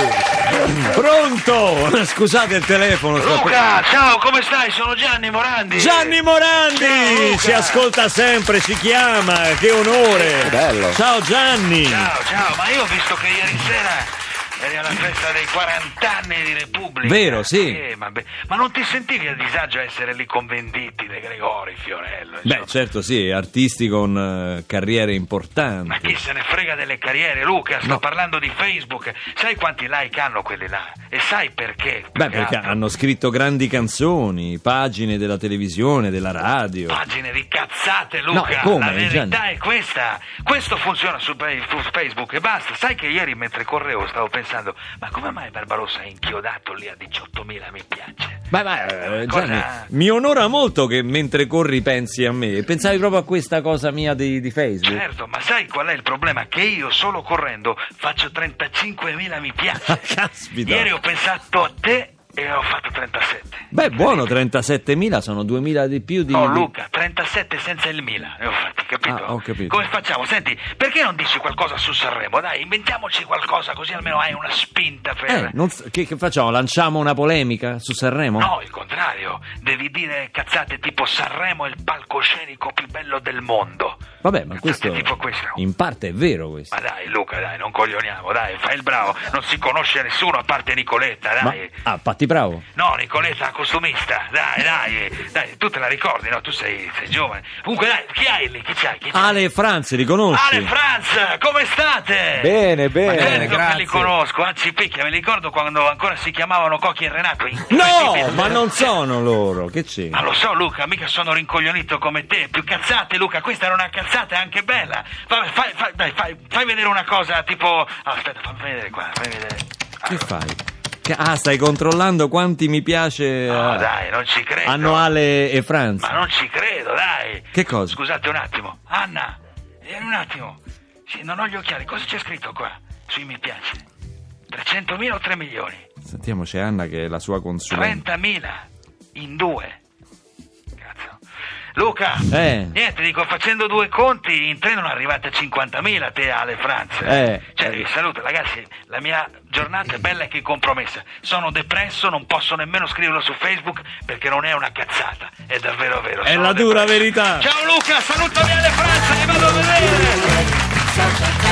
sì. Pronto? Scusate il telefono. sta- Luca, ciao, come stai? Sono Gianni Morandi. Gianni Ciao, Morandi Luca. ci ascolta sempre, ci chiama, che onore. bello. Ciao Gianni. Ciao, ciao, ma io ho visto che ieri sera eri alla festa dei 40 anni di Repubblica. Vero, sì. Eh, ma, be- ma non ti sentivi a disagio a essere lì con Venditti, De Gregori, Fiorello? Beh, insomma? certo, sì, artisti con eh, carriere Ma importanti. chi se ne frega delle carriere, Luca? Sto parlando di Facebook. Sai quanti like hanno quelli là? E sai perché? Beh, perché altro. hanno scritto grandi canzoni, pagine della televisione, della radio. Pagine di cazzate, No, Luca. come, La verità Gianni? è questa. Questo funziona su, Fe- su Facebook e basta. Sai che ieri mentre correvo stavo pensando, ma come mai Barbarossa è inchiodato lì a 18.000 mi piace? Ma, ma, eh, Cosa- Gianni, mi onora molto che mentre corri pensi a me. Pensavi proprio a questa cosa mia di, di Facebook? Certo, ma sai qual è il problema? Che io solo correndo faccio 35.000 mi piace. Caspita. Ieri ho pensato a te e ho fatto 37. Beh, buono, 37.000 sono 2.000 di più di... No, di- Luca, 37 senza il Milan, ne ho fatti, capito? Ah, ho capito. Come facciamo? Senti, perché non dici qualcosa su Sanremo? Dai, inventiamoci qualcosa, così almeno hai una spinta per... Eh, non s- che, che facciamo? Lanciamo una polemica su Sanremo? No, il contrario. Devi dire cazzate tipo Sanremo è il palcoscenico più bello del mondo. Vabbè, ma questo... Tipo questo. In parte è vero questo. Ma dai, Luca, dai, non coglioniamo, dai, fai il bravo. Non si conosce nessuno a parte Nicoletta, Ma... dai. Ah, Patti Bravo? No, Nicoletta, la costumista, dai, dai, dai, tu te la ricordi, no? Tu sei, sei giovane. Comunque, dai, chi hai lì? Chi c'hai? Chi c'hai? Ale e Franz, li conosci? Ale Franz, come state? Bene, Ma bene, certo che grazie. li conosco, anzi picchia, mi ricordo quando ancora si chiamavano Cocchi e Renato. in- No, ma non sono loro, che c'è? Ma lo so Luca, mica sono rincoglionito come te, più cazzate Luca, questa era una cazzata è anche bella. Vabbè, fai, fai- dai, fai, fai vedere una cosa tipo... ah, aspetta, fammi vedere qua, fammi vedere. Ah, Che fai? Che- Ah, stai controllando quanti mi piace No, eh, dai, non ci credo. hanno Ale e Franz. Ma non ci credo, dai. Che cosa? Scusate un attimo. Anna, vieni un attimo. Sì, non ho gli occhiali, cosa c'è scritto qua? Sui mi piace. 300.000 o 3 milioni? Sentiamo, c'è Anna che è la sua consulente. 30.000 in due. Cazzo. Luca, Eh. niente, dico, facendo due conti in tre non arrivate a 50.000 te Ale Franz. Eh. Cioè, vi saluto ragazzi, la mia giornata è bella che compromessa. Sono depresso, non posso nemmeno scriverlo su Facebook perché non è una cazzata. È davvero vero. È sono la dura depresso. verità. Ciao Luca, salutami Ale Franz, li vado a vedere. Social